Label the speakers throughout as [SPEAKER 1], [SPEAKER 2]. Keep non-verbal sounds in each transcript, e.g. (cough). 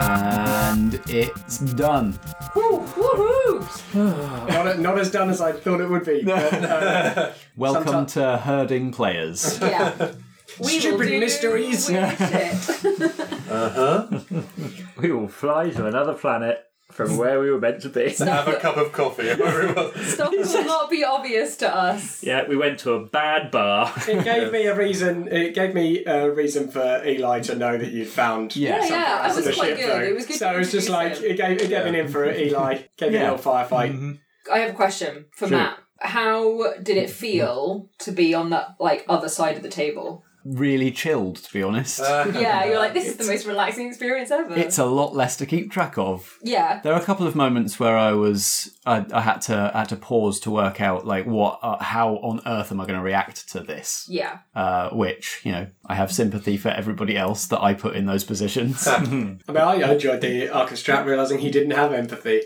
[SPEAKER 1] And it's done.
[SPEAKER 2] Woo, woohoo!
[SPEAKER 3] Not, not as done as I thought it would be. But, uh,
[SPEAKER 1] Welcome
[SPEAKER 3] Sometime-
[SPEAKER 1] to Herding
[SPEAKER 2] (laughs)
[SPEAKER 1] Players.
[SPEAKER 2] Yeah. We will
[SPEAKER 3] Stupid
[SPEAKER 2] do
[SPEAKER 3] mysteries.
[SPEAKER 2] weird shit.
[SPEAKER 4] We will fly to another planet from where we were meant to (laughs) be.
[SPEAKER 5] Have a cup of coffee, everyone.
[SPEAKER 2] Stuff will not be obvious to us.
[SPEAKER 4] Yeah, we went to a bad bar.
[SPEAKER 3] it gave me a reason. It gave me a reason for Eli to know that you'd found.
[SPEAKER 1] Yeah.
[SPEAKER 2] Yeah,
[SPEAKER 1] Something
[SPEAKER 2] yeah, I
[SPEAKER 3] That's the
[SPEAKER 2] was quite
[SPEAKER 3] shit,
[SPEAKER 2] good.
[SPEAKER 3] though.
[SPEAKER 2] It was good.
[SPEAKER 3] So
[SPEAKER 2] to
[SPEAKER 3] it was just like
[SPEAKER 2] introduce him.
[SPEAKER 3] it gave it gave an in for Eli. Gave me a
[SPEAKER 1] Yeah.
[SPEAKER 3] little firefight.
[SPEAKER 2] I have a question for
[SPEAKER 1] Sure.
[SPEAKER 2] Matt. How did it feel to be on that like other side of the table?
[SPEAKER 1] Really chilled, to be honest.
[SPEAKER 2] Yeah, you're like this is the most relaxing experience ever.
[SPEAKER 1] it's a lot less to keep track of.
[SPEAKER 2] yeah.
[SPEAKER 1] There are a couple of moments where I was I, I had to had to pause to work out like what uh, how on earth am I going to react to this?
[SPEAKER 2] Yeah.
[SPEAKER 1] Uh, which you know I have sympathy for everybody else that I put in those positions.
[SPEAKER 3] I mean, I enjoyed the Arcus trap realizing he didn't have empathy.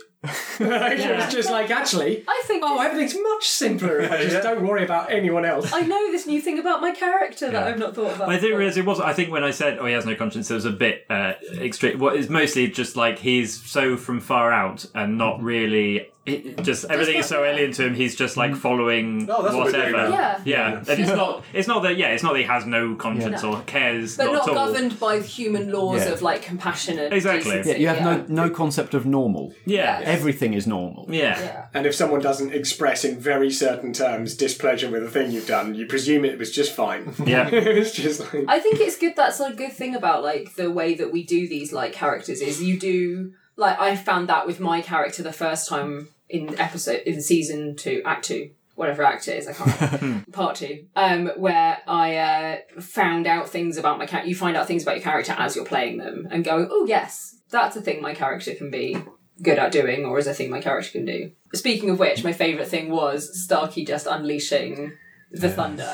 [SPEAKER 3] it was just like actually.
[SPEAKER 2] I think
[SPEAKER 3] Oh,
[SPEAKER 2] this-
[SPEAKER 3] everything's much simpler. if I Just
[SPEAKER 5] yeah.
[SPEAKER 3] don't worry about anyone else.
[SPEAKER 2] I know this new thing about my character that I've not thought about.
[SPEAKER 4] I didn't
[SPEAKER 2] before.
[SPEAKER 4] realize it was. I think when I said, "Oh, he has no conscience," it was a bit uh, extreme. What is mostly just like he's so from far out and not really. It, just everything is so alien to him. He's just like following
[SPEAKER 5] Oh, that's what we're doing
[SPEAKER 4] whatever.
[SPEAKER 2] now. Yeah.
[SPEAKER 4] and (laughs) it's not. It's not that. Yeah, it's not that he has no conscience
[SPEAKER 2] No.
[SPEAKER 4] or cares.
[SPEAKER 2] but not
[SPEAKER 4] at all.
[SPEAKER 2] governed by human laws
[SPEAKER 1] Yeah.
[SPEAKER 2] of like compassion and
[SPEAKER 4] Exactly.
[SPEAKER 2] decency,
[SPEAKER 1] yeah, you have no no concept of normal.
[SPEAKER 4] Yeah. Yeah.
[SPEAKER 1] Everything is normal.
[SPEAKER 2] Yeah.
[SPEAKER 3] And if someone doesn't express in very certain terms displeasure with a thing you've done, you presume it was just fine. (laughs)
[SPEAKER 4] Yeah.
[SPEAKER 3] it was just like
[SPEAKER 2] I think it's good. That's a good thing about like the way that we do these like characters is you do like I found that with my character the first time in episode in season two, act two, whatever act it is, I can't. remember. Part two, um, where I uh, found out things about my character. You find out things about your character as you're playing them and going, oh yes, that's a thing my character can be good at doing, or is a thing my character can do. Speaking of which, my favourite thing was Starkey just unleashing the thunder.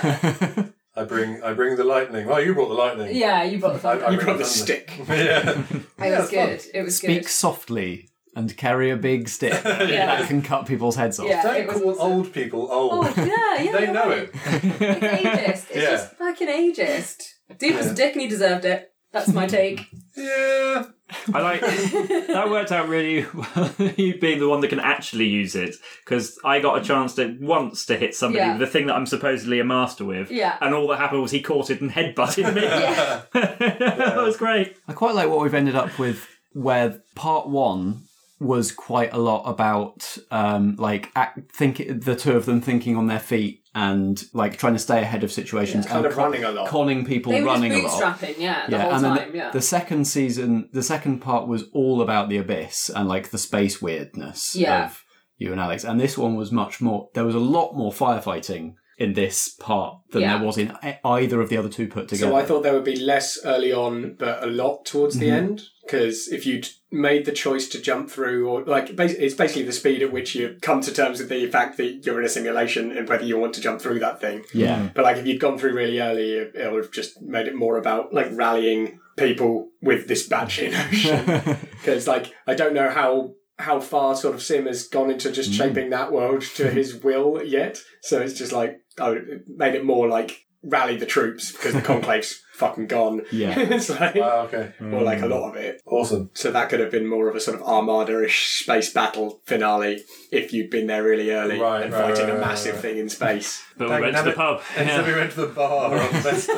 [SPEAKER 5] I bring, I bring the lightning. Oh, you brought the lightning.
[SPEAKER 2] yeah, you brought the thunder.
[SPEAKER 5] I-
[SPEAKER 3] you brought the stick.
[SPEAKER 5] (laughs)
[SPEAKER 2] (laughs)
[SPEAKER 5] Yeah.
[SPEAKER 2] It was good. It was
[SPEAKER 1] Speak softly and carry a big stick that can cut people's heads off.
[SPEAKER 2] Yeah.
[SPEAKER 5] Don't
[SPEAKER 2] It was
[SPEAKER 5] call
[SPEAKER 2] awesome.
[SPEAKER 5] old people old.
[SPEAKER 2] Oh yeah, yeah.
[SPEAKER 5] (laughs) they
[SPEAKER 2] you're
[SPEAKER 5] know
[SPEAKER 2] right.
[SPEAKER 5] it.
[SPEAKER 2] It's ageist. It's
[SPEAKER 5] (laughs) Yeah.
[SPEAKER 2] just fucking ageist. Dude was a dick and he deserved it. That's my
[SPEAKER 5] (laughs)
[SPEAKER 2] take.
[SPEAKER 5] Yeah.
[SPEAKER 4] I like that worked out really well. (laughs) you being the one that can actually use it because I got a chance to once to hit somebody
[SPEAKER 2] Yeah.
[SPEAKER 4] with the thing that I'm supposedly a master with.
[SPEAKER 2] Yeah.
[SPEAKER 4] and all that happened was he caught it and headbutted me.
[SPEAKER 2] Yeah.
[SPEAKER 4] (laughs) that was great.
[SPEAKER 1] I quite like what we've ended up with, where part one was quite a lot about um, like act, think the two of them thinking on their feet and like trying to stay ahead of situations,
[SPEAKER 3] Kind
[SPEAKER 1] and
[SPEAKER 3] of running a lot.
[SPEAKER 1] conning people,
[SPEAKER 2] They were just
[SPEAKER 1] running a lot.
[SPEAKER 2] bootstrapping, yeah, the
[SPEAKER 1] yeah,
[SPEAKER 2] whole
[SPEAKER 1] and then
[SPEAKER 2] time,
[SPEAKER 1] the,
[SPEAKER 2] yeah.
[SPEAKER 1] the second season, the second part was all about the abyss and like the space weirdness
[SPEAKER 2] Yeah.
[SPEAKER 1] of you and Alex. And this one was much more. There was a lot more firefighting in this part than
[SPEAKER 2] Yeah.
[SPEAKER 1] there was in e- either of the other two put together.
[SPEAKER 3] So I thought there would be less early on, but a lot towards the end. Because if you'd made the choice to jump through, or like, bas- it's basically the speed at which you come to terms with the fact that you're in a simulation and whether you want to jump through that thing.
[SPEAKER 1] yeah.
[SPEAKER 3] But like, if you'd gone through really early, it it would have just made it more about like rallying people with this batch in ocean. Because like, I don't know how how far sort of Sim has gone into just
[SPEAKER 1] Mm.
[SPEAKER 3] shaping that world
[SPEAKER 1] (laughs)
[SPEAKER 3] to his will yet. So it's just like, oh, it made it more like rally the
[SPEAKER 1] (laughs)
[SPEAKER 3] troops because the conclave's fucking gone.
[SPEAKER 1] (laughs) Yeah.
[SPEAKER 2] (laughs)
[SPEAKER 3] (laughs) it's like
[SPEAKER 5] Wow. Ah, Okay.
[SPEAKER 3] or like a lot of it. (laughs)
[SPEAKER 5] Awesome.
[SPEAKER 3] So that could have been more of a sort of armada-ish space battle finale if you'd been there really early
[SPEAKER 5] Right,
[SPEAKER 3] and
[SPEAKER 5] right,
[SPEAKER 3] fighting
[SPEAKER 5] right,
[SPEAKER 3] a
[SPEAKER 5] right,
[SPEAKER 3] massive
[SPEAKER 5] right.
[SPEAKER 3] thing in space.
[SPEAKER 5] (laughs)
[SPEAKER 4] But
[SPEAKER 5] Thank
[SPEAKER 4] we went to the
[SPEAKER 5] you.
[SPEAKER 4] pub.
[SPEAKER 5] And so
[SPEAKER 4] Yeah.
[SPEAKER 5] we went to the bar
[SPEAKER 2] (laughs)
[SPEAKER 5] on Vesta.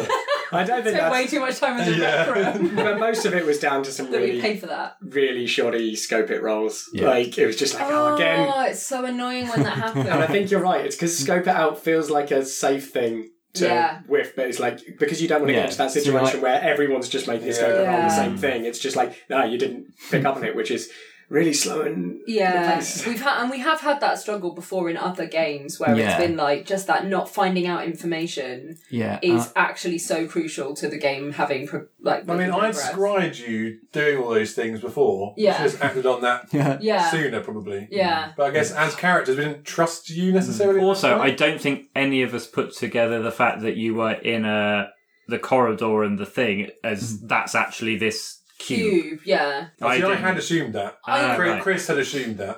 [SPEAKER 3] I don't think
[SPEAKER 2] Spent
[SPEAKER 3] that's
[SPEAKER 2] way too much time in the
[SPEAKER 5] Yeah.
[SPEAKER 2] rec
[SPEAKER 5] (laughs)
[SPEAKER 2] room
[SPEAKER 3] but most of it was down to
[SPEAKER 2] (laughs)
[SPEAKER 3] some
[SPEAKER 2] that we paid
[SPEAKER 3] really,
[SPEAKER 2] for that.
[SPEAKER 3] really shoddy scope it rolls.
[SPEAKER 1] Yeah.
[SPEAKER 3] Like it was just like, oh, again.
[SPEAKER 2] Oh, it's so annoying when
[SPEAKER 5] (laughs)
[SPEAKER 2] that happens.
[SPEAKER 3] And I think you're right. It's because scope it out feels like a safe thing to
[SPEAKER 2] Yeah.
[SPEAKER 3] whiff, but it's like because you don't want to
[SPEAKER 1] Yeah.
[SPEAKER 3] get into that
[SPEAKER 1] So you're like-
[SPEAKER 3] situation where everyone's just making a scope it roll
[SPEAKER 2] Yeah.
[SPEAKER 3] the same thing. It's just like no, you didn't pick up on it, which is really slowing
[SPEAKER 2] (laughs)
[SPEAKER 3] the
[SPEAKER 2] Yeah,
[SPEAKER 3] pace.
[SPEAKER 2] we've had and we have had that struggle before in other games where
[SPEAKER 1] Yeah.
[SPEAKER 2] it's been like just that not finding out information
[SPEAKER 1] Yeah.
[SPEAKER 2] is
[SPEAKER 1] uh,
[SPEAKER 2] actually so crucial to the game having pro- like.
[SPEAKER 5] I mean,
[SPEAKER 2] making
[SPEAKER 5] I'd
[SPEAKER 2] progress.
[SPEAKER 5] scried you doing all those things before.
[SPEAKER 2] Yeah.
[SPEAKER 5] Just acted on that
[SPEAKER 1] yeah.
[SPEAKER 2] Yeah,
[SPEAKER 5] sooner, probably.
[SPEAKER 2] Yeah.
[SPEAKER 5] But I guess as characters, we didn't trust you necessarily.
[SPEAKER 3] Mm.
[SPEAKER 4] Also, I don't think any of us put together the fact that you were in a the corridor and the thing as
[SPEAKER 5] Hmm.
[SPEAKER 4] that's actually this cube.
[SPEAKER 2] cube. Yeah,
[SPEAKER 5] I,
[SPEAKER 4] I
[SPEAKER 5] See, I
[SPEAKER 4] didn't.
[SPEAKER 5] had assumed that.
[SPEAKER 2] I-
[SPEAKER 5] Chris,
[SPEAKER 4] right.
[SPEAKER 5] Chris had assumed that.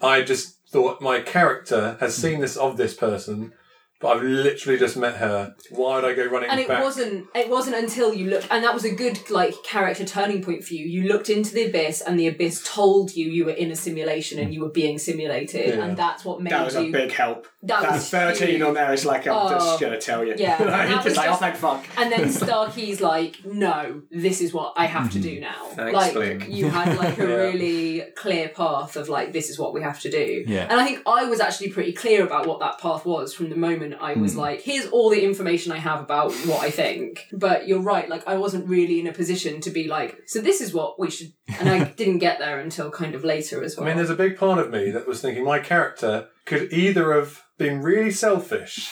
[SPEAKER 5] I just thought my character has seen this of this person, but I've literally just met her. Why would I go running
[SPEAKER 2] and it
[SPEAKER 5] back?
[SPEAKER 2] wasn't. It wasn't until you looked, and that was a good like character turning point for you. You looked into the abyss, and the abyss told you you were in a simulation and you were being simulated,
[SPEAKER 5] Yeah.
[SPEAKER 2] and that's what made
[SPEAKER 3] Hmm. That was
[SPEAKER 2] you.
[SPEAKER 3] a big help.
[SPEAKER 2] That
[SPEAKER 3] That,
[SPEAKER 2] was
[SPEAKER 3] 13
[SPEAKER 2] huge.
[SPEAKER 3] on there is like, I'm
[SPEAKER 2] Oh.
[SPEAKER 3] just going to tell you.
[SPEAKER 2] Yeah, that
[SPEAKER 3] (laughs) like,
[SPEAKER 2] was
[SPEAKER 3] just like,
[SPEAKER 2] just-
[SPEAKER 3] oh, thank fuck.
[SPEAKER 2] And
[SPEAKER 3] (laughs)
[SPEAKER 2] then Starkey's like, no, this is what I have to do now.
[SPEAKER 3] Mm-hmm. Thanks,
[SPEAKER 2] like
[SPEAKER 3] Luke.
[SPEAKER 2] you had
[SPEAKER 3] (laughs)
[SPEAKER 2] like a
[SPEAKER 5] Yeah.
[SPEAKER 2] really clear path of like this is what we have to do.
[SPEAKER 1] Yeah.
[SPEAKER 2] And I think I was actually pretty clear about what that path was from the moment I
[SPEAKER 5] Hmm.
[SPEAKER 2] was like, here's all the information I have about what I think. But you're right, like I wasn't really in a position to be like, so this is what we should and
[SPEAKER 5] (laughs)
[SPEAKER 2] I didn't get there until kind of later as
[SPEAKER 5] I
[SPEAKER 2] well.
[SPEAKER 5] mean, there's a big part of me that was thinking my character could either have been really selfish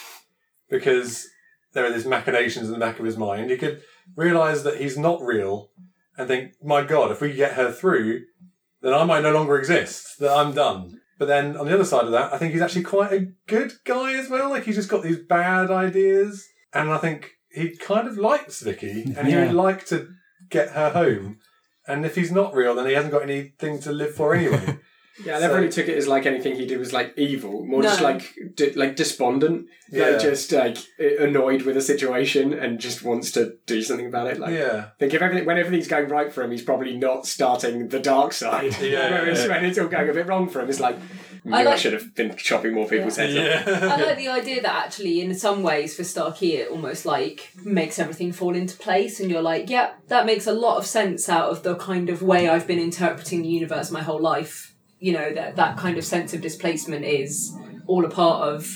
[SPEAKER 5] because there are these machinations in the back of his mind. He could realise that he's not real and think, my God, if we get her through, then I might no longer exist, that I'm done. But then on the other side of that, I think he's actually quite a good guy as well. Like, he's just got these bad ideas. And I think he kind of likes Vicky and he
[SPEAKER 1] Yeah.
[SPEAKER 5] would like to get her home. And if he's not real, then he hasn't got anything to live for anyway.
[SPEAKER 3] Yeah, I never
[SPEAKER 5] So-
[SPEAKER 3] really took it as like anything he did was like evil, more just
[SPEAKER 2] No.
[SPEAKER 3] like de- like despondent,
[SPEAKER 5] Yeah.
[SPEAKER 1] (laughs)
[SPEAKER 3] like just like annoyed with a situation and just wants to do something about it. Like,
[SPEAKER 5] yeah.
[SPEAKER 3] I think if everything when everything's going right for him, he's probably not starting the dark side.
[SPEAKER 5] (laughs) Yeah,
[SPEAKER 3] Whereas
[SPEAKER 5] yeah.
[SPEAKER 3] when it's all going a bit wrong for him, it's like "Knew I,
[SPEAKER 2] like-
[SPEAKER 3] should have been chopping more people's heads off.
[SPEAKER 2] I
[SPEAKER 1] (laughs)
[SPEAKER 2] like the idea that actually, in some ways, for Starkey, it almost like makes everything fall into place, and you're like, yep, that makes a lot of sense out of the kind of way I've been interpreting the universe my whole life. You know, that, that kind of sense of displacement is all a part of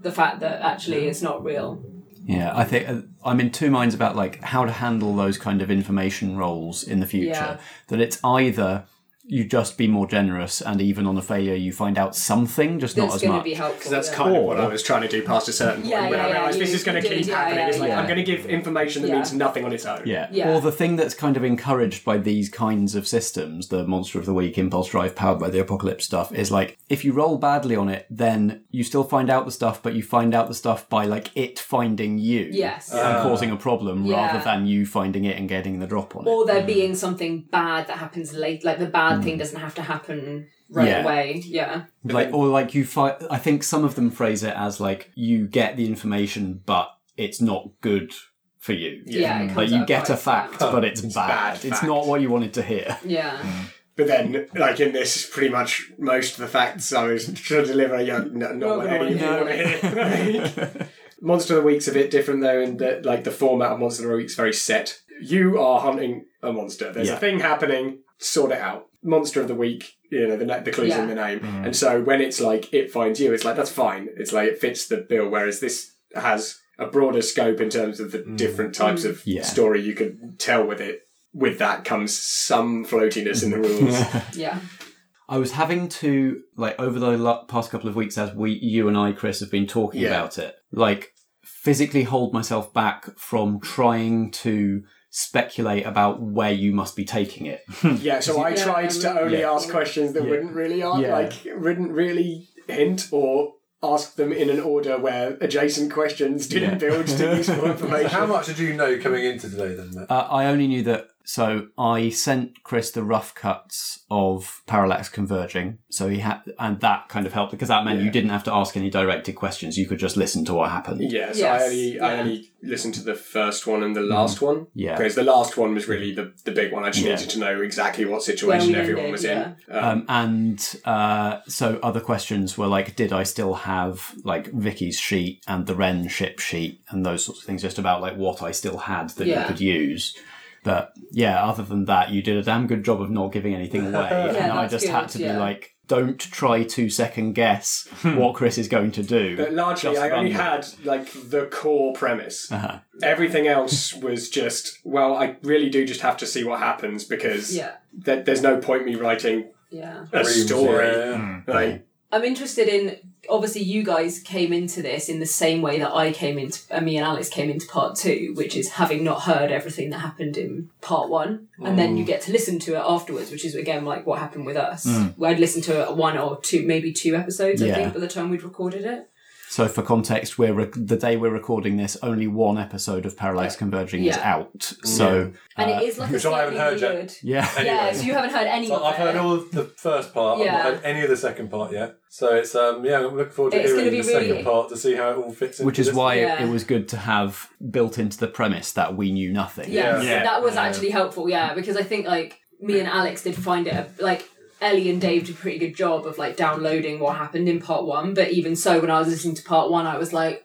[SPEAKER 2] the fact that actually it's not real.
[SPEAKER 1] Yeah, I think uh, I'm in two minds about like how to handle those kind of information roles in the future.
[SPEAKER 2] Yeah.
[SPEAKER 1] That it's either you just be more generous, and even on a failure, you find out something, just not
[SPEAKER 2] That's
[SPEAKER 1] as
[SPEAKER 2] going to
[SPEAKER 1] much.
[SPEAKER 2] be helpful.
[SPEAKER 3] That's
[SPEAKER 2] yeah.
[SPEAKER 3] kind of what I was trying to do past a certain
[SPEAKER 2] Yeah,
[SPEAKER 3] point when
[SPEAKER 2] yeah,
[SPEAKER 3] I
[SPEAKER 2] yeah,
[SPEAKER 3] realised
[SPEAKER 2] you-
[SPEAKER 3] this is going
[SPEAKER 2] you
[SPEAKER 3] to
[SPEAKER 2] did,
[SPEAKER 3] keep
[SPEAKER 2] yeah,
[SPEAKER 3] happening.
[SPEAKER 2] yeah,
[SPEAKER 3] it's like
[SPEAKER 2] yeah.
[SPEAKER 3] I'm going to give information that
[SPEAKER 2] Yeah.
[SPEAKER 3] means nothing on its own.
[SPEAKER 1] yeah.
[SPEAKER 2] Yeah.
[SPEAKER 1] Or the thing that's kind of encouraged by these kinds of systems, the Monster of the Week, Impulse Drive, powered by the apocalypse stuff, is like if you roll badly on it, then you still find out the stuff, but you find out the stuff by like it finding you.
[SPEAKER 2] Yes.
[SPEAKER 1] And causing a problem rather
[SPEAKER 2] Yeah.
[SPEAKER 1] than you finding it and getting the drop on it.
[SPEAKER 2] Or there being something bad that happens late, like the bad thing doesn't have to happen right
[SPEAKER 1] Mm. Yeah.
[SPEAKER 2] away. Yeah.
[SPEAKER 1] like or like you find i think some of them phrase it as like you get the information but it's not good for you
[SPEAKER 2] Yeah, it
[SPEAKER 1] like
[SPEAKER 2] comes
[SPEAKER 1] you
[SPEAKER 2] out
[SPEAKER 1] get a
[SPEAKER 2] right,
[SPEAKER 1] fact but it's, bad,
[SPEAKER 3] bad
[SPEAKER 1] it's
[SPEAKER 3] fact.
[SPEAKER 1] not what you wanted to hear Mm.
[SPEAKER 2] Yeah.
[SPEAKER 3] But then, like in this, pretty much most of the facts I was trying to deliver, you no, not what any of you want to (laughs) hear. Monster of the Week's a bit different though, in that like the format of Monster of the Week's very set. You are hunting a monster. There's
[SPEAKER 1] Yeah.
[SPEAKER 3] a thing happening. Sort it out. Monster of the Week. You know the na- the clues in
[SPEAKER 2] Yeah.
[SPEAKER 3] the name.
[SPEAKER 1] Mm-hmm.
[SPEAKER 3] And so when it's like it finds you, it's like that's fine. It's like it fits the bill. Whereas this has a broader scope in terms of the different types of
[SPEAKER 1] Mm-hmm. Yeah.
[SPEAKER 3] story you could tell with it. With that comes some floatiness
[SPEAKER 1] (laughs)
[SPEAKER 3] in the rules.
[SPEAKER 2] Yeah.
[SPEAKER 1] i was having to like over the lo- past couple of weeks as we you and i chris have been talking
[SPEAKER 3] Yeah.
[SPEAKER 1] about it like physically hold myself back from trying to speculate about where you must be taking it
[SPEAKER 3] Yeah, so I
[SPEAKER 2] Yeah,
[SPEAKER 3] tried to only
[SPEAKER 1] yeah.
[SPEAKER 3] ask questions that wouldn't really ask,
[SPEAKER 1] Yeah.
[SPEAKER 3] like wouldn't really hint or ask them in an order where adjacent questions didn't
[SPEAKER 1] Yeah.
[SPEAKER 3] build
[SPEAKER 1] (laughs)
[SPEAKER 3] to useful
[SPEAKER 5] So how
[SPEAKER 3] information.
[SPEAKER 5] much did you know coming into today then? Matt?
[SPEAKER 1] Uh, I only knew that. So I sent Chris the rough cuts of Parallax Converging. So he had, and that kind of helped because that meant you didn't have to ask any directed questions. You could just listen to what happened.
[SPEAKER 3] Yeah, so
[SPEAKER 2] Yes,
[SPEAKER 3] I only I
[SPEAKER 2] yeah.
[SPEAKER 3] only listened to the first one and the last one.
[SPEAKER 1] Mm. Yeah.
[SPEAKER 3] Because the last one was really the, the big one. I just
[SPEAKER 1] Yeah.
[SPEAKER 3] needed to know exactly what situation
[SPEAKER 2] Where we
[SPEAKER 3] everyone
[SPEAKER 2] ended,
[SPEAKER 3] was
[SPEAKER 2] yeah.
[SPEAKER 3] in. Um,
[SPEAKER 1] Um, and uh, so other questions were like, did I still have like Vicky's sheet and the Wren ship sheet and those sorts of things, just about like what I still had that
[SPEAKER 2] Yeah.
[SPEAKER 1] you could use. But yeah, other than that, you did a damn good job of not giving anything
[SPEAKER 2] (laughs)
[SPEAKER 1] away. and I
[SPEAKER 2] that's
[SPEAKER 1] just had
[SPEAKER 2] good,
[SPEAKER 1] to
[SPEAKER 2] yeah. Hmm.
[SPEAKER 1] be like, don't try to second guess what Chris is going to
[SPEAKER 2] (laughs)
[SPEAKER 1] do.
[SPEAKER 3] But largely,
[SPEAKER 1] Just
[SPEAKER 3] I only
[SPEAKER 1] run Uh-huh.
[SPEAKER 3] had like the core premise. Everything else was just well, I really do just have to see what happens because
[SPEAKER 2] Yeah.
[SPEAKER 3] there- there's no point me writing
[SPEAKER 2] Yeah.
[SPEAKER 3] a
[SPEAKER 5] Reams,
[SPEAKER 3] story.
[SPEAKER 5] yeah.
[SPEAKER 1] Hmm.
[SPEAKER 3] Like,
[SPEAKER 2] I'm interested in obviously you guys came into this in the same way that I came into uh, me and Alex came into part two, which is having not heard everything that happened in part one, and then
[SPEAKER 1] Mm.
[SPEAKER 2] you get to listen to it afterwards, which is again like what happened with us. Where I'd listened to it one or two, maybe two episodes, I
[SPEAKER 1] Mm. Yeah.
[SPEAKER 2] think, by the time we'd recorded it.
[SPEAKER 1] So, for context, we're rec- the day we're recording this, only one episode of Parallax Converging is
[SPEAKER 2] Yeah.
[SPEAKER 1] out. So,
[SPEAKER 2] And it is like
[SPEAKER 5] which
[SPEAKER 2] a
[SPEAKER 5] I haven't
[SPEAKER 2] slightly
[SPEAKER 5] heard yet.
[SPEAKER 2] weird.
[SPEAKER 1] Uh, yeah.
[SPEAKER 2] Yeah,
[SPEAKER 5] Anyway.
[SPEAKER 2] so you haven't heard any
[SPEAKER 5] So
[SPEAKER 2] of
[SPEAKER 5] I've
[SPEAKER 2] it.
[SPEAKER 5] heard all of the first part. I've
[SPEAKER 2] Yeah.
[SPEAKER 5] not heard any of the second part yet. So it's um yeah, I'm looking forward to
[SPEAKER 2] It's
[SPEAKER 5] hearing
[SPEAKER 2] gonna
[SPEAKER 5] the
[SPEAKER 2] be really-
[SPEAKER 5] second part to see how it all fits. Into
[SPEAKER 1] Which is
[SPEAKER 5] this.
[SPEAKER 1] why
[SPEAKER 2] Yeah.
[SPEAKER 1] it was good to have built into the premise that we knew nothing.
[SPEAKER 2] Yes,
[SPEAKER 4] Yeah.
[SPEAKER 2] that was
[SPEAKER 5] Yeah.
[SPEAKER 2] actually helpful. Yeah, because I think like me and Alex did find it a- like Ellie and Dave did a pretty good job of like downloading what happened in part one. But even so, when I was listening to part one, I was like,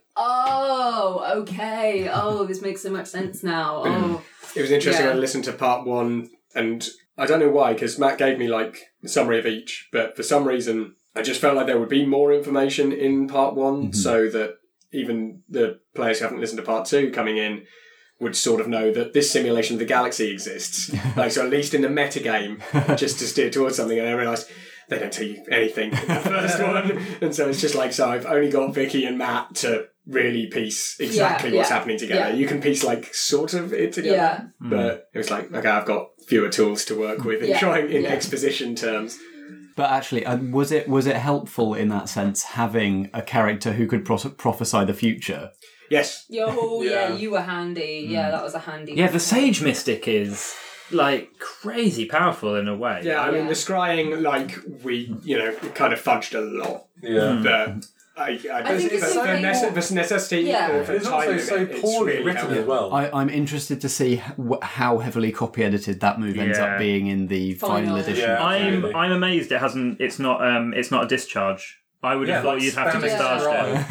[SPEAKER 2] oh, okay, oh, this makes so much sense now. Oh,
[SPEAKER 3] it was interesting.
[SPEAKER 2] Yeah.
[SPEAKER 3] I listened to part one, and I don't know why, because Matt gave me like a summary of each, but for some reason, I just felt like there would be more information in part one, so that even the players who haven't listened to part two coming in would sort of know that this simulation of the galaxy exists. like, so at least in the metagame, just to steer towards something, and I realised. They don't tell you anything in
[SPEAKER 2] (laughs)
[SPEAKER 3] the first one. And so it's just like, so I've only got Vicky and Matt to really piece exactly what's
[SPEAKER 2] yeah,
[SPEAKER 3] happening together.
[SPEAKER 2] yeah.
[SPEAKER 3] You can piece like sort of it together
[SPEAKER 2] yeah.
[SPEAKER 5] Hmm.
[SPEAKER 3] but it was like okay i've got fewer tools to work with in
[SPEAKER 2] Yeah,
[SPEAKER 3] trying in
[SPEAKER 2] yeah.
[SPEAKER 3] exposition terms
[SPEAKER 1] But actually, uh, was it was it helpful in that sense having a character who could pro- prophesy the future?
[SPEAKER 3] yes
[SPEAKER 2] Yo, oh, yeah.
[SPEAKER 5] Yeah.
[SPEAKER 2] you were handy. Yeah, that was a handy.
[SPEAKER 4] Yeah, the Sage Mystic is like crazy powerful in a way.
[SPEAKER 3] yeah i mean
[SPEAKER 2] Yeah.
[SPEAKER 3] the scrying like we you know kind of fudged a lot
[SPEAKER 1] Hmm.
[SPEAKER 5] Yeah.
[SPEAKER 3] but I, I,
[SPEAKER 2] think it's
[SPEAKER 3] for-
[SPEAKER 2] so
[SPEAKER 3] for
[SPEAKER 2] many
[SPEAKER 3] nece-
[SPEAKER 2] more-
[SPEAKER 3] for necessity
[SPEAKER 2] Yeah.
[SPEAKER 3] or for
[SPEAKER 5] It's
[SPEAKER 3] time
[SPEAKER 5] also
[SPEAKER 3] limit,
[SPEAKER 5] so
[SPEAKER 3] it's
[SPEAKER 5] poorly
[SPEAKER 3] really
[SPEAKER 5] written
[SPEAKER 3] helpful.
[SPEAKER 5] as well.
[SPEAKER 1] I, I'm interested to see wh- how heavily copy edited that move ends
[SPEAKER 4] Yeah.
[SPEAKER 1] up being in the final,
[SPEAKER 2] Final.
[SPEAKER 1] edition.
[SPEAKER 5] Yeah.
[SPEAKER 4] I'm
[SPEAKER 5] Absolutely.
[SPEAKER 4] I'm amazed it hasn't. It's not um. It's not a discharge. I would
[SPEAKER 5] Yeah,
[SPEAKER 4] have thought
[SPEAKER 5] like
[SPEAKER 4] you'd have to
[SPEAKER 5] spamming
[SPEAKER 4] discharge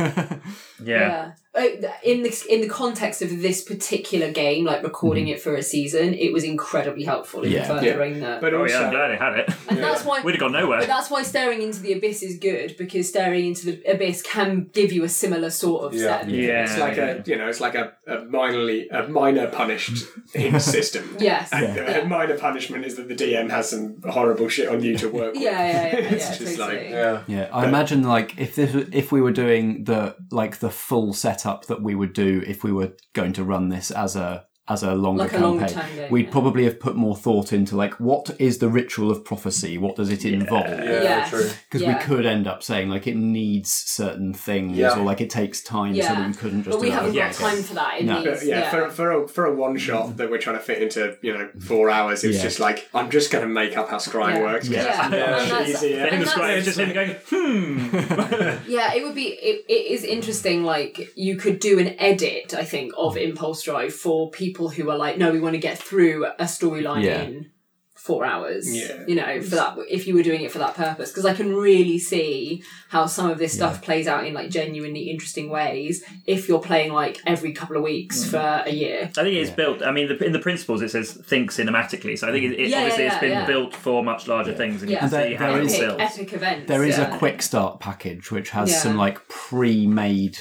[SPEAKER 5] drive.
[SPEAKER 1] (laughs)
[SPEAKER 4] it. Yeah.
[SPEAKER 2] Yeah. Oh, th- In the in the context of this particular game, like recording it for a season, it was incredibly helpful in
[SPEAKER 1] Yeah.
[SPEAKER 2] furthering that.
[SPEAKER 3] but
[SPEAKER 4] Oh
[SPEAKER 3] also
[SPEAKER 4] yeah, I'm glad it had it. (laughs)
[SPEAKER 2] and that's why
[SPEAKER 4] We'd have gone nowhere.
[SPEAKER 2] But that's why staring into the abyss is good because staring into the abyss can give you a similar sort of set. of-
[SPEAKER 4] Yeah,
[SPEAKER 3] it's like a you know it's like a, a minorly a minor punished
[SPEAKER 5] (laughs)
[SPEAKER 3] hint system (laughs)
[SPEAKER 2] Yes.
[SPEAKER 3] And the minor punishment is that the dm has some horrible shit on you to work with
[SPEAKER 2] Yeah, yeah, yeah. yeah,
[SPEAKER 3] It's just
[SPEAKER 2] totally.
[SPEAKER 5] Yeah.
[SPEAKER 1] Yeah, I imagine like if this if we were doing the like the full setup that we would do if we were going to run this as a as a longer
[SPEAKER 2] Like a longer
[SPEAKER 1] campaign,
[SPEAKER 2] time game,
[SPEAKER 1] we'd
[SPEAKER 2] yeah.
[SPEAKER 1] probably have put more thought into like what is the ritual of prophecy? What does it involve?
[SPEAKER 5] Yeah,
[SPEAKER 2] Yes.
[SPEAKER 5] true.
[SPEAKER 1] Because
[SPEAKER 2] yeah.
[SPEAKER 1] we could end up saying like it needs certain things
[SPEAKER 5] Yeah.
[SPEAKER 1] or like it takes time, so
[SPEAKER 2] Yeah.
[SPEAKER 1] that we couldn't just.
[SPEAKER 2] But we
[SPEAKER 1] do that
[SPEAKER 2] haven't
[SPEAKER 1] over
[SPEAKER 2] got
[SPEAKER 4] Yes.
[SPEAKER 1] again.
[SPEAKER 2] time for that in
[SPEAKER 1] No.
[SPEAKER 2] these.
[SPEAKER 3] But yeah, For, for a for a one shot that we're trying to fit into you know four hours, it was
[SPEAKER 1] Mm. Yeah.
[SPEAKER 3] just like I'm just going to make up how scrying
[SPEAKER 2] Yeah.
[SPEAKER 3] works. 'cause
[SPEAKER 1] Yeah.
[SPEAKER 3] that's
[SPEAKER 2] Yeah.
[SPEAKER 3] much
[SPEAKER 2] And that's-
[SPEAKER 3] easier.
[SPEAKER 4] And
[SPEAKER 2] And
[SPEAKER 4] the scribe
[SPEAKER 2] that's-
[SPEAKER 4] is just him going, hmm.
[SPEAKER 2] Yeah, it would be. It, it is interesting. Like you could do an edit, I think, of Impulse Drive for people who are like, no, we want to get through a storyline
[SPEAKER 1] Yeah.
[SPEAKER 2] in four hours.
[SPEAKER 3] Yeah.
[SPEAKER 2] You know, for that, if you were doing it for that purpose, because I can really see how some of this stuff plays out in like genuinely interesting ways if you're playing like every couple of weeks for a year.
[SPEAKER 4] I think it's built. I mean, the, in the principles, it says think cinematically. So I think it, it
[SPEAKER 2] Yeah,
[SPEAKER 4] obviously
[SPEAKER 2] yeah,
[SPEAKER 4] it's been
[SPEAKER 2] yeah.
[SPEAKER 4] built for much larger things, and
[SPEAKER 2] Yeah.
[SPEAKER 4] you
[SPEAKER 2] And
[SPEAKER 4] can
[SPEAKER 1] there-
[SPEAKER 4] see how
[SPEAKER 1] there
[SPEAKER 4] it
[SPEAKER 1] is-
[SPEAKER 2] Epic,
[SPEAKER 4] builds.
[SPEAKER 2] epic events.
[SPEAKER 1] There is
[SPEAKER 2] yeah.
[SPEAKER 1] a quick start package which has
[SPEAKER 2] Yeah.
[SPEAKER 1] some like pre-made,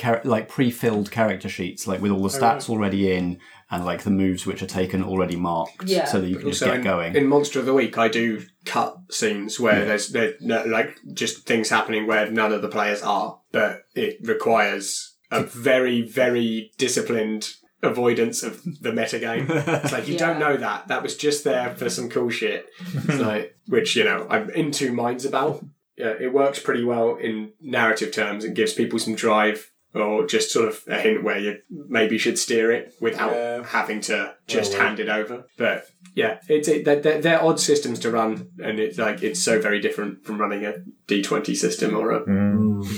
[SPEAKER 1] char- like pre-filled character sheets, like with all the
[SPEAKER 2] Oh.
[SPEAKER 1] stats already in and like the moves which are taken already marked,
[SPEAKER 2] Yeah.
[SPEAKER 1] so that you can just
[SPEAKER 3] Also,
[SPEAKER 1] get
[SPEAKER 3] in,
[SPEAKER 1] going.
[SPEAKER 3] in Monster of the Week, I do cut scenes where there's there, no, like just things happening where none of the players are, but it requires
[SPEAKER 1] (laughs)
[SPEAKER 3] a very very disciplined avoidance of the metagame. it's
[SPEAKER 2] (laughs)
[SPEAKER 3] like you don't
[SPEAKER 2] Yeah.
[SPEAKER 3] know that that was just there for some
[SPEAKER 1] (laughs)
[SPEAKER 3] cool shit, It's like, which you know I'm in two minds about. Yeah, it works pretty well in narrative terms. It gives people some drive. Or just sort of a hint where you maybe should steer it without
[SPEAKER 5] Yeah. Oh,
[SPEAKER 3] having to just
[SPEAKER 5] Well, well.
[SPEAKER 3] hand it over. But yeah, it's it, they're, they're, they're odd systems to run, and it's like it's so very different from running a D twenty system or a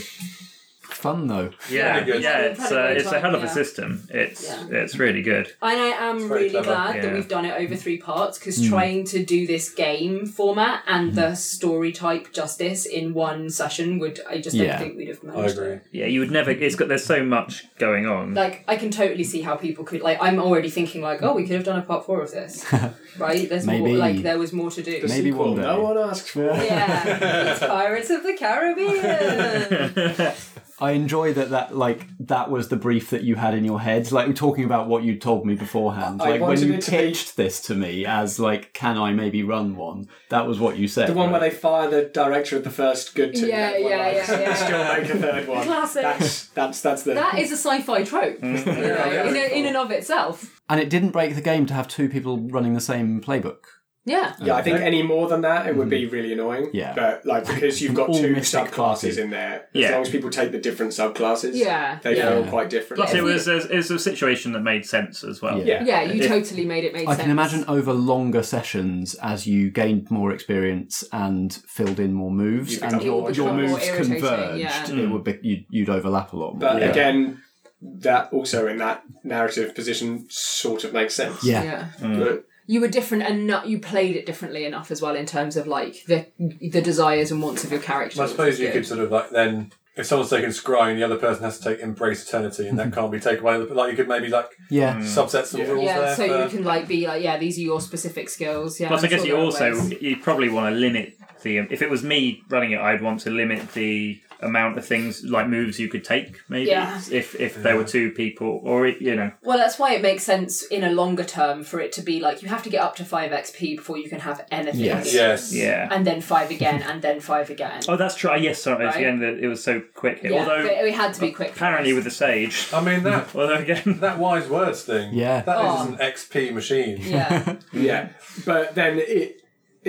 [SPEAKER 1] Fun though.
[SPEAKER 4] Yeah,
[SPEAKER 5] Pretty
[SPEAKER 4] yeah,
[SPEAKER 5] good.
[SPEAKER 4] it's uh, it's a hell of a
[SPEAKER 2] Yeah.
[SPEAKER 4] system. It's
[SPEAKER 2] Yeah.
[SPEAKER 4] it's really good.
[SPEAKER 2] And I am
[SPEAKER 5] very
[SPEAKER 2] really
[SPEAKER 5] clever,
[SPEAKER 2] glad
[SPEAKER 4] yeah.
[SPEAKER 2] that we've done it over three parts because
[SPEAKER 1] Mm.
[SPEAKER 2] trying to do this game format and
[SPEAKER 1] Mm-hmm.
[SPEAKER 2] the story type justice in one session would I just
[SPEAKER 1] Yeah.
[SPEAKER 2] don't think we'd have
[SPEAKER 5] I
[SPEAKER 2] managed.
[SPEAKER 5] agree.
[SPEAKER 2] It.
[SPEAKER 4] Yeah, you would never. It's got. There's so much going on.
[SPEAKER 2] Like I can totally see how people could like. I'm already thinking like, oh, we could have done a part four of this,
[SPEAKER 1] (laughs)
[SPEAKER 2] right? There's more.
[SPEAKER 1] Maybe.
[SPEAKER 2] Like there was more to do.
[SPEAKER 1] Maybe
[SPEAKER 3] Well,
[SPEAKER 1] one day.
[SPEAKER 3] no one asked for.
[SPEAKER 1] (laughs)
[SPEAKER 5] (laughs)
[SPEAKER 2] Yeah, it's Pirates of the Caribbean.
[SPEAKER 1] I enjoy that that like that was the brief that you had in your head. Like we're talking about what you told me beforehand.
[SPEAKER 3] I
[SPEAKER 1] like when
[SPEAKER 3] wanted
[SPEAKER 1] you
[SPEAKER 3] it to be-
[SPEAKER 1] pitched this to me as like, can I maybe run one? That was what you said.
[SPEAKER 3] (laughs) The one where
[SPEAKER 1] right?
[SPEAKER 3] they fire the director of the first good two.
[SPEAKER 2] Yeah,
[SPEAKER 3] that one
[SPEAKER 2] yeah,
[SPEAKER 3] line.
[SPEAKER 2] yeah, yeah.
[SPEAKER 3] (laughs) Still make a third one.
[SPEAKER 2] Classic.
[SPEAKER 3] That's that's that's the.
[SPEAKER 2] That is a sci-fi
[SPEAKER 5] (laughs)
[SPEAKER 2] trope, you know, in, a, in and of itself.
[SPEAKER 1] and it didn't break the game to have two people running the same playbook.
[SPEAKER 2] Yeah.
[SPEAKER 3] yeah, I think any more than that, it would be really annoying.
[SPEAKER 1] Mm-hmm. Yeah.
[SPEAKER 3] but like because you've got
[SPEAKER 1] All
[SPEAKER 3] two
[SPEAKER 1] mystic
[SPEAKER 3] subclasses
[SPEAKER 1] classes.
[SPEAKER 3] in there, as
[SPEAKER 4] Yeah.
[SPEAKER 3] long as people take the different subclasses,
[SPEAKER 2] Yeah.
[SPEAKER 3] they
[SPEAKER 2] Yeah.
[SPEAKER 3] feel quite different.
[SPEAKER 4] Plus,
[SPEAKER 2] Yeah.
[SPEAKER 4] it was a, it was a situation that made sense as well.
[SPEAKER 1] Yeah.
[SPEAKER 3] yeah,
[SPEAKER 2] Yeah, you
[SPEAKER 4] If-
[SPEAKER 2] totally made it make
[SPEAKER 1] I
[SPEAKER 2] sense.
[SPEAKER 1] can imagine over longer sessions, as you gained more experience and filled in more moves,
[SPEAKER 3] You'd
[SPEAKER 1] and
[SPEAKER 3] become- It
[SPEAKER 1] your,
[SPEAKER 2] would
[SPEAKER 1] your
[SPEAKER 2] become more
[SPEAKER 1] moves
[SPEAKER 2] irritating,
[SPEAKER 1] converged,
[SPEAKER 2] yeah.
[SPEAKER 1] it would be you'd, you'd overlap a lot. More.
[SPEAKER 3] But
[SPEAKER 1] yeah.
[SPEAKER 3] again, that also in that narrative position sort of makes sense.
[SPEAKER 1] Yeah.
[SPEAKER 2] Yeah.
[SPEAKER 3] But
[SPEAKER 4] Mm.
[SPEAKER 2] You were different and not, you played it differently enough as well in terms of like the the desires and wants of your character.
[SPEAKER 5] I
[SPEAKER 2] which
[SPEAKER 5] suppose
[SPEAKER 2] is
[SPEAKER 5] you
[SPEAKER 2] good.
[SPEAKER 5] could sort of like then, if someone's taking scrying, the other person has to take embrace eternity,
[SPEAKER 1] (laughs)
[SPEAKER 5] and that can't be taken away. Like you could maybe like
[SPEAKER 1] yeah.
[SPEAKER 5] subset some rules
[SPEAKER 2] Hmm. Yeah,
[SPEAKER 5] there.
[SPEAKER 2] so
[SPEAKER 5] for-
[SPEAKER 2] you can like be like, yeah, these are your specific skills. Yeah.
[SPEAKER 4] Plus, I
[SPEAKER 2] I'm
[SPEAKER 4] guess
[SPEAKER 2] sure
[SPEAKER 4] you
[SPEAKER 2] there are
[SPEAKER 4] also
[SPEAKER 2] ways.
[SPEAKER 4] you probably want to limit the. If it was me running it, I'd want to limit the amount of things like moves you could take. Maybe
[SPEAKER 2] Yeah.
[SPEAKER 4] if if there were two people, or you know,
[SPEAKER 2] Well, that's why it makes sense in a longer term for it to be like you have to get up to five XP before you can have anything.
[SPEAKER 1] Yes.
[SPEAKER 5] yes.
[SPEAKER 4] yeah.
[SPEAKER 2] And then five again, and then five
[SPEAKER 4] (laughs)
[SPEAKER 2] again.
[SPEAKER 4] oh, that's true. Ah, Yes, sorry.
[SPEAKER 2] Right.
[SPEAKER 4] Again, the, it was so quick here.
[SPEAKER 2] yeah, but
[SPEAKER 4] Although
[SPEAKER 2] it had to be quick.
[SPEAKER 4] apparently with the sage.
[SPEAKER 5] I mean that
[SPEAKER 4] Although again, (laughs)
[SPEAKER 5] that wise words thing.
[SPEAKER 1] Yeah.
[SPEAKER 5] that is
[SPEAKER 2] Oh.
[SPEAKER 5] an XP machine.
[SPEAKER 2] (laughs) yeah,
[SPEAKER 3] yeah, but then it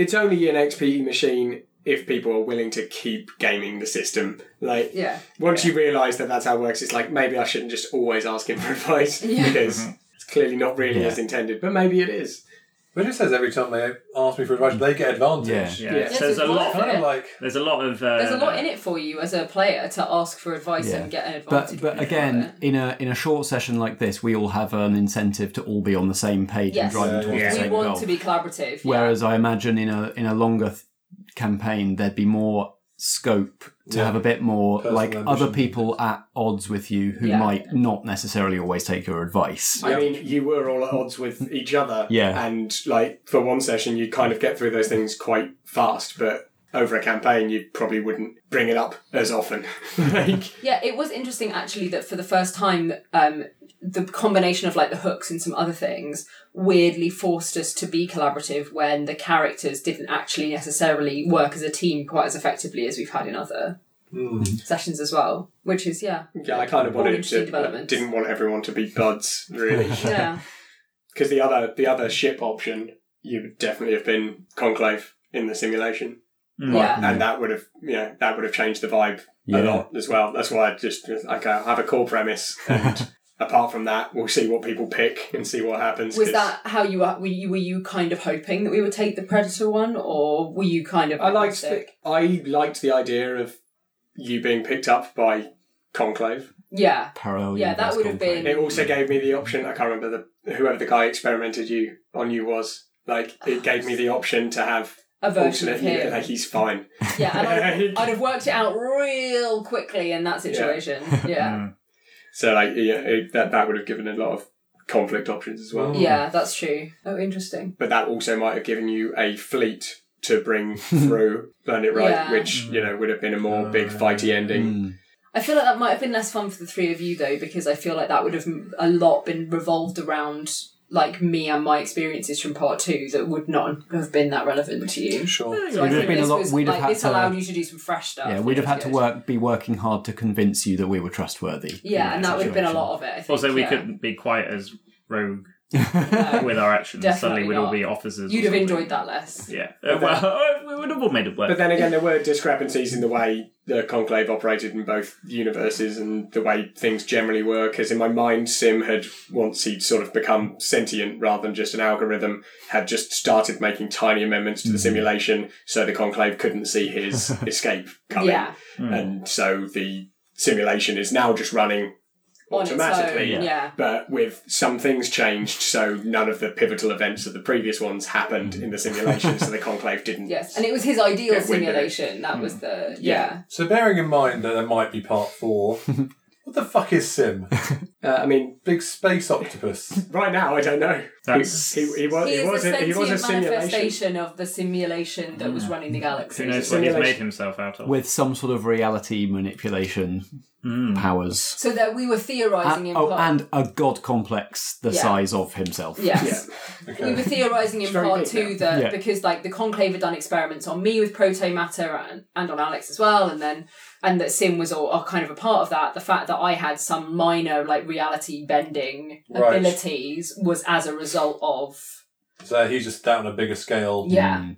[SPEAKER 3] it's only an XP machine if people are willing to keep gaming the system. Like,
[SPEAKER 2] yeah,
[SPEAKER 3] once you realise that that's how it works, it's like maybe I shouldn't just always ask him for (laughs) advice
[SPEAKER 2] Yeah.
[SPEAKER 3] because
[SPEAKER 4] Mm-hmm.
[SPEAKER 3] it's clearly not really
[SPEAKER 1] Yeah.
[SPEAKER 3] as intended. But maybe it is.
[SPEAKER 5] But it says every time they ask me for advice, they get advantage.
[SPEAKER 4] yeah.
[SPEAKER 3] Yeah.
[SPEAKER 4] So there's a
[SPEAKER 2] Yes, it's
[SPEAKER 4] lot.
[SPEAKER 5] Kind of like
[SPEAKER 4] There's a lot of. Uh,
[SPEAKER 2] there's a lot in it for you as a player to ask for advice
[SPEAKER 1] Yeah.
[SPEAKER 2] and get an advantage.
[SPEAKER 1] But but
[SPEAKER 2] from it.
[SPEAKER 1] again, in a in a short session like this, we all have an incentive to all be on the same page
[SPEAKER 2] Yes.
[SPEAKER 1] and driving
[SPEAKER 5] Yeah,
[SPEAKER 1] towards the
[SPEAKER 4] yeah. We
[SPEAKER 2] we
[SPEAKER 1] same
[SPEAKER 2] want
[SPEAKER 1] goal.
[SPEAKER 2] to be collaborative. yeah.
[SPEAKER 1] Whereas I imagine in a in a longer th- campaign, there'd be more scope to
[SPEAKER 5] Yeah.
[SPEAKER 1] have a bit more
[SPEAKER 5] Personal
[SPEAKER 1] like
[SPEAKER 5] ambition.
[SPEAKER 1] other people at odds with you who
[SPEAKER 2] Yeah.
[SPEAKER 1] might not necessarily always take your advice.
[SPEAKER 3] I mean, you were all at odds with each other.
[SPEAKER 1] Yeah.
[SPEAKER 3] And, like, for one session, you kind of get through those things quite fast, but over a campaign, you probably wouldn't bring it up as often. (laughs) like,
[SPEAKER 2] Yeah, it was interesting actually that for the first time, um, the combination of like the hooks and some other things weirdly forced us to be collaborative when the characters didn't actually necessarily work as a team quite as effectively as we've had in other sessions as well. Which is
[SPEAKER 3] (laughs)
[SPEAKER 2] yeah,
[SPEAKER 3] yeah, I kind of
[SPEAKER 2] All
[SPEAKER 3] wanted
[SPEAKER 2] interesting
[SPEAKER 3] to,
[SPEAKER 2] developments.
[SPEAKER 3] didn't want everyone to be buds,
[SPEAKER 1] (laughs)
[SPEAKER 3] really.
[SPEAKER 2] yeah,
[SPEAKER 3] Because the other, the other ship option, you would definitely have been Conclave in the simulation.
[SPEAKER 4] mm.
[SPEAKER 2] yeah.
[SPEAKER 3] and that would have you know that would have changed the vibe
[SPEAKER 1] Mm. Yeah.
[SPEAKER 3] a lot as well. That's why I just okay, I have a core premise,
[SPEAKER 1] (laughs)
[SPEAKER 3] and apart from that, we'll see what people pick and see what happens.
[SPEAKER 2] Was
[SPEAKER 3] 'cause
[SPEAKER 2] that how you were? Were you, were you kind of hoping that we would take the predator one, or were you kind of?
[SPEAKER 3] I liked the,
[SPEAKER 2] optimistic?
[SPEAKER 3] I liked the idea of you being picked up by Conclave.
[SPEAKER 2] Yeah,
[SPEAKER 1] Parallel
[SPEAKER 2] Yeah, that
[SPEAKER 1] universe
[SPEAKER 2] would have
[SPEAKER 1] conflict.
[SPEAKER 2] been-
[SPEAKER 3] It also gave me the option. I can't remember the whoever the guy experimented you on you was. Like it gave me the option to have
[SPEAKER 2] Oh, a version
[SPEAKER 3] alternate.
[SPEAKER 2] of him.
[SPEAKER 3] Like he's fine.
[SPEAKER 2] Yeah, and I'd, I'd have worked it out real quickly in that
[SPEAKER 3] (laughs)
[SPEAKER 2] situation.
[SPEAKER 3] Hmm.
[SPEAKER 2] Yeah,
[SPEAKER 3] So like yeah, it, that that would have given a lot of conflict options as well.
[SPEAKER 2] yeah, that's true. Oh, interesting.
[SPEAKER 3] but that also might have given you a fleet to bring through Burn It Right,
[SPEAKER 2] Yeah.
[SPEAKER 3] which, you know, would have been a more big fighty ending.
[SPEAKER 2] I feel like that might have been less fun for the three of you though, because I feel like that would have m- a lot been revolved around like me and my experiences from part two that would not have been that relevant to you.
[SPEAKER 5] sure.
[SPEAKER 2] So I
[SPEAKER 1] We'd have
[SPEAKER 2] think
[SPEAKER 1] been a
[SPEAKER 2] this
[SPEAKER 1] lot-
[SPEAKER 2] was,
[SPEAKER 1] we'd have
[SPEAKER 2] like,
[SPEAKER 1] had
[SPEAKER 2] this
[SPEAKER 1] to-
[SPEAKER 2] allowed you to do some fresh stuff.
[SPEAKER 1] Yeah, we'd have
[SPEAKER 2] which
[SPEAKER 1] had
[SPEAKER 2] was
[SPEAKER 1] to
[SPEAKER 2] good.
[SPEAKER 1] work, be working hard to convince you that we were trustworthy.
[SPEAKER 2] Yeah, and that would have been a lot of it. I think,
[SPEAKER 4] Also, we
[SPEAKER 2] yeah.
[SPEAKER 4] couldn't be quite as rogue
[SPEAKER 3] (laughs)
[SPEAKER 2] No.
[SPEAKER 4] with our actions.
[SPEAKER 2] Definitely
[SPEAKER 4] Suddenly, we'd all
[SPEAKER 2] not.
[SPEAKER 4] be officers. or
[SPEAKER 2] You'd have
[SPEAKER 4] something.
[SPEAKER 2] enjoyed that less.
[SPEAKER 4] Yeah. Uh, well, (laughs) we would have all made it work.
[SPEAKER 3] But then again, there were discrepancies in the way the Conclave operated in both universes and the way things generally were. Because in my mind, Sim had, once he'd sort of become sentient rather than just an algorithm, had just started making tiny amendments to the simulation so the Conclave couldn't see his escape coming.
[SPEAKER 2] Yeah,
[SPEAKER 3] And so the simulation is now just running
[SPEAKER 2] on its own.
[SPEAKER 3] Automatically,
[SPEAKER 2] Yeah.
[SPEAKER 1] yeah.
[SPEAKER 3] but with some things changed, so none of the pivotal events of the previous ones happened in the simulation, so the conclave didn't.
[SPEAKER 2] Yes, and it was his ideal
[SPEAKER 3] Get wind of it. Hmm.
[SPEAKER 2] simulation. That was the yeah.
[SPEAKER 3] Yeah.
[SPEAKER 5] So bearing in mind that there might be part four, What the fuck is Sim?
[SPEAKER 3] Uh, I mean,
[SPEAKER 5] Big space octopus.
[SPEAKER 3] right now I don't know.
[SPEAKER 4] That's-
[SPEAKER 3] he, he, he was
[SPEAKER 2] He
[SPEAKER 3] he
[SPEAKER 2] is
[SPEAKER 3] was
[SPEAKER 2] a
[SPEAKER 3] a, he was a
[SPEAKER 2] sentient
[SPEAKER 3] simulation. Mm.
[SPEAKER 2] manifestation of the simulation that was running the
[SPEAKER 4] Who
[SPEAKER 2] galaxy.
[SPEAKER 4] knows what he's
[SPEAKER 3] Simulation.
[SPEAKER 4] made himself out of?
[SPEAKER 1] with some sort of reality manipulation powers.
[SPEAKER 2] So that we were theorizing
[SPEAKER 1] And-
[SPEAKER 2] in
[SPEAKER 1] oh,
[SPEAKER 2] part.
[SPEAKER 1] and a god complex the
[SPEAKER 2] Yeah.
[SPEAKER 1] size of himself.
[SPEAKER 2] yes. We were theorising in
[SPEAKER 3] very
[SPEAKER 2] part
[SPEAKER 3] big
[SPEAKER 2] two
[SPEAKER 3] now.
[SPEAKER 2] that
[SPEAKER 1] Yeah.
[SPEAKER 2] because like the conclave had done experiments on me with proto matter and, and on Alex as well, and then and that Sim was all, all kind of a part of that. The fact that I had some minor like reality bending
[SPEAKER 5] Right.
[SPEAKER 2] abilities was as a result of
[SPEAKER 5] So he's just that on a bigger scale.
[SPEAKER 2] yeah.
[SPEAKER 1] Hmm.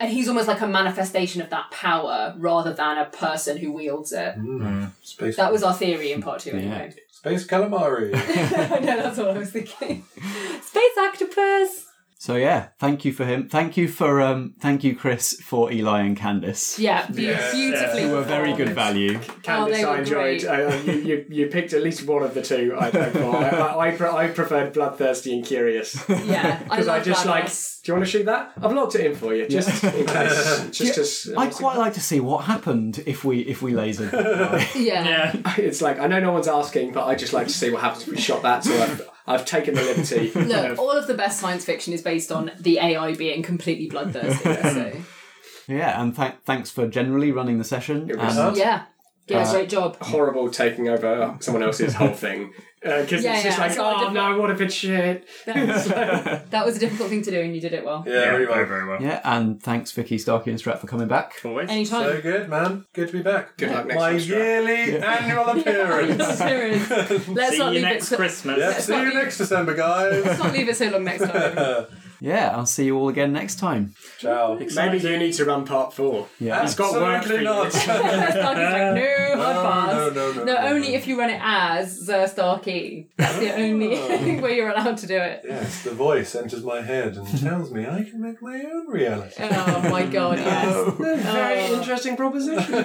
[SPEAKER 2] And he's almost like a manifestation of that power rather than a person who wields it.
[SPEAKER 5] Mm. Space.
[SPEAKER 2] That was our theory in part two, anyway. (laughs)
[SPEAKER 5] space calamari.
[SPEAKER 2] I know that's what I was thinking. (laughs) Space octopus.
[SPEAKER 1] So yeah, thank you for him. Thank you for um, thank you, Chris, for Eli and Candice.
[SPEAKER 2] Yeah, be-
[SPEAKER 5] Yes.
[SPEAKER 2] beautifully.
[SPEAKER 4] They
[SPEAKER 1] They were very
[SPEAKER 2] performed.
[SPEAKER 1] good value.
[SPEAKER 2] Oh,
[SPEAKER 3] Candice,
[SPEAKER 2] they were
[SPEAKER 3] I enjoyed.
[SPEAKER 2] great.
[SPEAKER 3] I, I, you, you, you picked at least one of the two. I, I, thought. I, I, I, pre- I preferred bloodthirsty and curious.
[SPEAKER 2] Yeah,
[SPEAKER 3] Because I,
[SPEAKER 2] love
[SPEAKER 3] just like,
[SPEAKER 2] Badass.
[SPEAKER 3] do you want to shoot that? I've locked it in for you, just in case. just, just, uh,
[SPEAKER 1] I'd quite like to see what happened if we if we lasered.
[SPEAKER 2] (laughs)
[SPEAKER 1] that guy.
[SPEAKER 2] Yeah.
[SPEAKER 4] Yeah.
[SPEAKER 3] (laughs) It's like I know no one's asking, but I just like to see what happens if we shot that. So I've, I've taken the liberty.
[SPEAKER 2] Look,
[SPEAKER 3] of,
[SPEAKER 2] all of the best science fiction is based on the AI being completely bloodthirsty. so
[SPEAKER 1] yeah, and th- thanks for generally running the session.
[SPEAKER 3] It was-
[SPEAKER 1] and-
[SPEAKER 2] yeah, yeah, great job. (laughs)
[SPEAKER 3] horrible taking over someone else's whole thing because
[SPEAKER 2] Yeah,
[SPEAKER 3] it's just
[SPEAKER 2] yeah,
[SPEAKER 3] like,
[SPEAKER 2] it's not
[SPEAKER 3] oh
[SPEAKER 2] different.
[SPEAKER 3] no, what if it's shit?
[SPEAKER 2] That was a difficult thing to do, and you did it well.
[SPEAKER 5] yeah,
[SPEAKER 4] Yeah,
[SPEAKER 5] really
[SPEAKER 4] very,
[SPEAKER 5] well.
[SPEAKER 4] very well.
[SPEAKER 1] yeah, and thanks Vicky, Starkey, and Strat for coming back.
[SPEAKER 4] Always.
[SPEAKER 2] Anytime. (laughs)
[SPEAKER 5] So good, man. Good to be back.
[SPEAKER 3] Good luck next
[SPEAKER 5] My
[SPEAKER 3] time, Strap.
[SPEAKER 2] (laughs)
[SPEAKER 5] yearly annual appearance.
[SPEAKER 2] Serious. Let's
[SPEAKER 4] See
[SPEAKER 2] not
[SPEAKER 4] you
[SPEAKER 2] leave
[SPEAKER 4] next
[SPEAKER 2] it. So-
[SPEAKER 4] Christmas.
[SPEAKER 5] Yep, see
[SPEAKER 2] not
[SPEAKER 5] you
[SPEAKER 2] you.
[SPEAKER 5] next December, guys.
[SPEAKER 2] let's not leave it so long next time.
[SPEAKER 5] (laughs)
[SPEAKER 1] Yeah, I'll see you all again next time.
[SPEAKER 5] Ciao.
[SPEAKER 3] Maybe you need to run part four.
[SPEAKER 1] Yeah.
[SPEAKER 3] it's got work for
[SPEAKER 5] Absolutely
[SPEAKER 3] you. (laughs)
[SPEAKER 5] not. (laughs)
[SPEAKER 2] Zerstarky's like, no, hard pass.
[SPEAKER 5] no, Oh, no, no, no,
[SPEAKER 2] only
[SPEAKER 5] no.
[SPEAKER 2] if you run it as Zerstarky. That's the only (laughs) way you're allowed to do it.
[SPEAKER 5] Yes, the voice enters my head and tells me I can make my own reality. Oh.
[SPEAKER 2] Oh my god,
[SPEAKER 5] (laughs)
[SPEAKER 2] yes.
[SPEAKER 3] Very interesting proposition.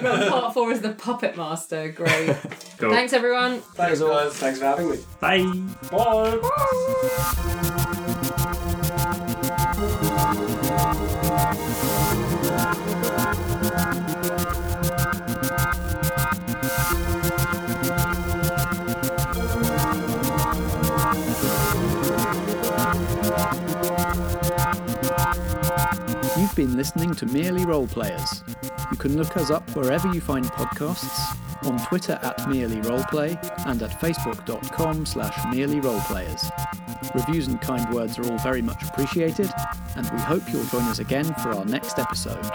[SPEAKER 2] (laughs) Part four is the puppet master.
[SPEAKER 1] (laughs)
[SPEAKER 2] Great.
[SPEAKER 4] Cool.
[SPEAKER 2] Thanks, everyone.
[SPEAKER 5] Thanks, guys.
[SPEAKER 3] Thanks for having me.
[SPEAKER 4] Bye.
[SPEAKER 5] Bye.
[SPEAKER 6] (laughs) You've been listening to Merely Role Players. You can look us up wherever you find podcasts, on Twitter at Merely Roleplay and at facebook.com slash merely roleplayers. Reviews and kind words are all very much appreciated, and we hope you'll join us again for our next episode.